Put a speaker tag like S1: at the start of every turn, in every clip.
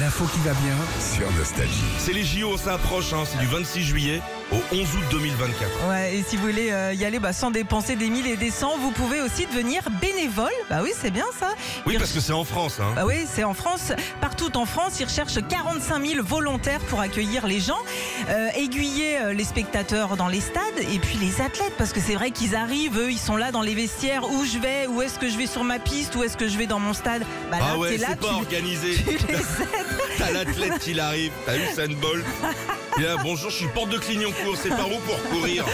S1: l'info qui va bien.
S2: sur Nostalgie.
S3: C'est les JO, ça approche, hein, c'est du 26 juillet au 11 août 2024.
S4: Ouais, et si vous voulez euh, y aller bah, sans dépenser des 1000 et des 100, vous pouvez aussi devenir bénévole. Bah oui, c'est bien ça.
S3: Oui, parce que c'est en France. Hein.
S4: Bah oui, c'est en France. Partout en France, ils recherchent 45 000 volontaires pour accueillir les gens, euh, aiguiller euh, les spectateurs dans les stades et puis les athlètes, parce que c'est vrai qu'ils arrivent, eux, ils sont là dans les vestiaires, où je vais, où est-ce que je vais sur ma piste, où est-ce que je vais dans mon stade. Bah là,
S3: Ah ouais,
S4: t'es là,
S3: c'est pas
S4: tu,
S3: organisé.
S4: tu les aides.
S3: T'as l'athlète qui arrive, t'as Usain Bolt. Et là, bonjour, je suis porte de Clignancourt, c'est par où pour courir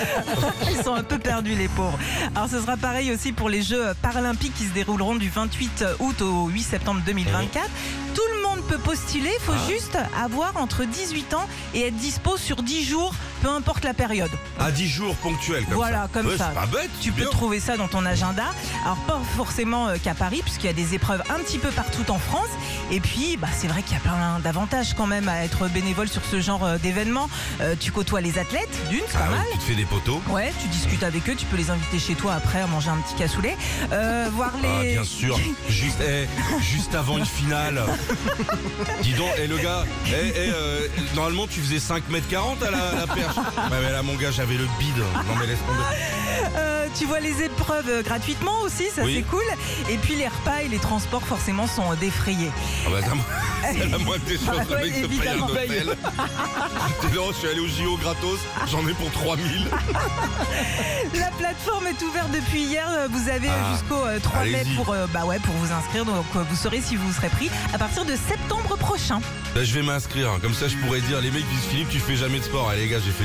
S4: Ils sont un peu perdus, les pauvres. Alors, ce sera pareil aussi pour les Jeux paralympiques qui se dérouleront du 28 août au 8 septembre 2024.
S3: Mhm.
S4: Tout le monde peut postuler, il
S3: Ah.
S4: faut juste avoir entre 18 ans et être dispo sur 10 jours, peu importe la période.
S3: À 10 jours ponctuels, comme
S4: Voilà,
S3: ça.
S4: comme
S3: Ouais,
S4: ça.
S3: C'est pas bête,
S4: Tu peux
S3: bien.
S4: trouver ça dans ton agenda. Alors, pas forcément euh, qu'à Paris, puisqu'il y a des épreuves un petit peu partout en France. Et puis, bah, c'est vrai qu'il y a plein d'avantages quand même à être bénévole sur ce genre euh, d'événement. Euh, tu côtoies les athlètes, d'une, c'est pas
S3: Ah ouais,
S4: mal.
S3: tu te fais des poteaux.
S4: Ouais, tu discutes avec eux, tu peux les inviter chez toi après à manger un petit cassoulet. Euh, voir
S3: Ah,
S4: les.
S3: bien sûr, juste, eh, juste avant une finale. Dis donc, et le gars, eh, eh, euh, normalement tu faisais 5 mètres 40 à la, à la perche. Ouais, mais là, mon gars, j'avais le bide. Non, mais laisse tomber.
S4: Euh, tu vois les épreuves euh, gratuitement aussi, ça
S3: Oui.
S4: c'est cool. Et puis les repas et les transports forcément sont euh, défrayés.
S3: Ah bah, ça, c'est la moindre des choses,
S4: Ah
S3: le
S4: ouais,
S3: mec se paye un
S4: évidemment.
S3: hôtel. J'étais là, je suis allé au JO gratos, j'en ai pour 3000.
S4: Ah. La plateforme est ouverte depuis hier. euh, Vous avez euh,
S3: Ah,
S4: jusqu'au euh, 3 mai
S3: allez-y.
S4: pour, euh, bah ouais, pour vous inscrire. Donc euh, vous saurez si vous serez pris à partir de septembre prochain.
S3: Là, je vais m'inscrire, hein. comme ça je pourrais dire, les mecs disent Philippe, tu fais jamais de sport. Allez, les gars, j'ai fait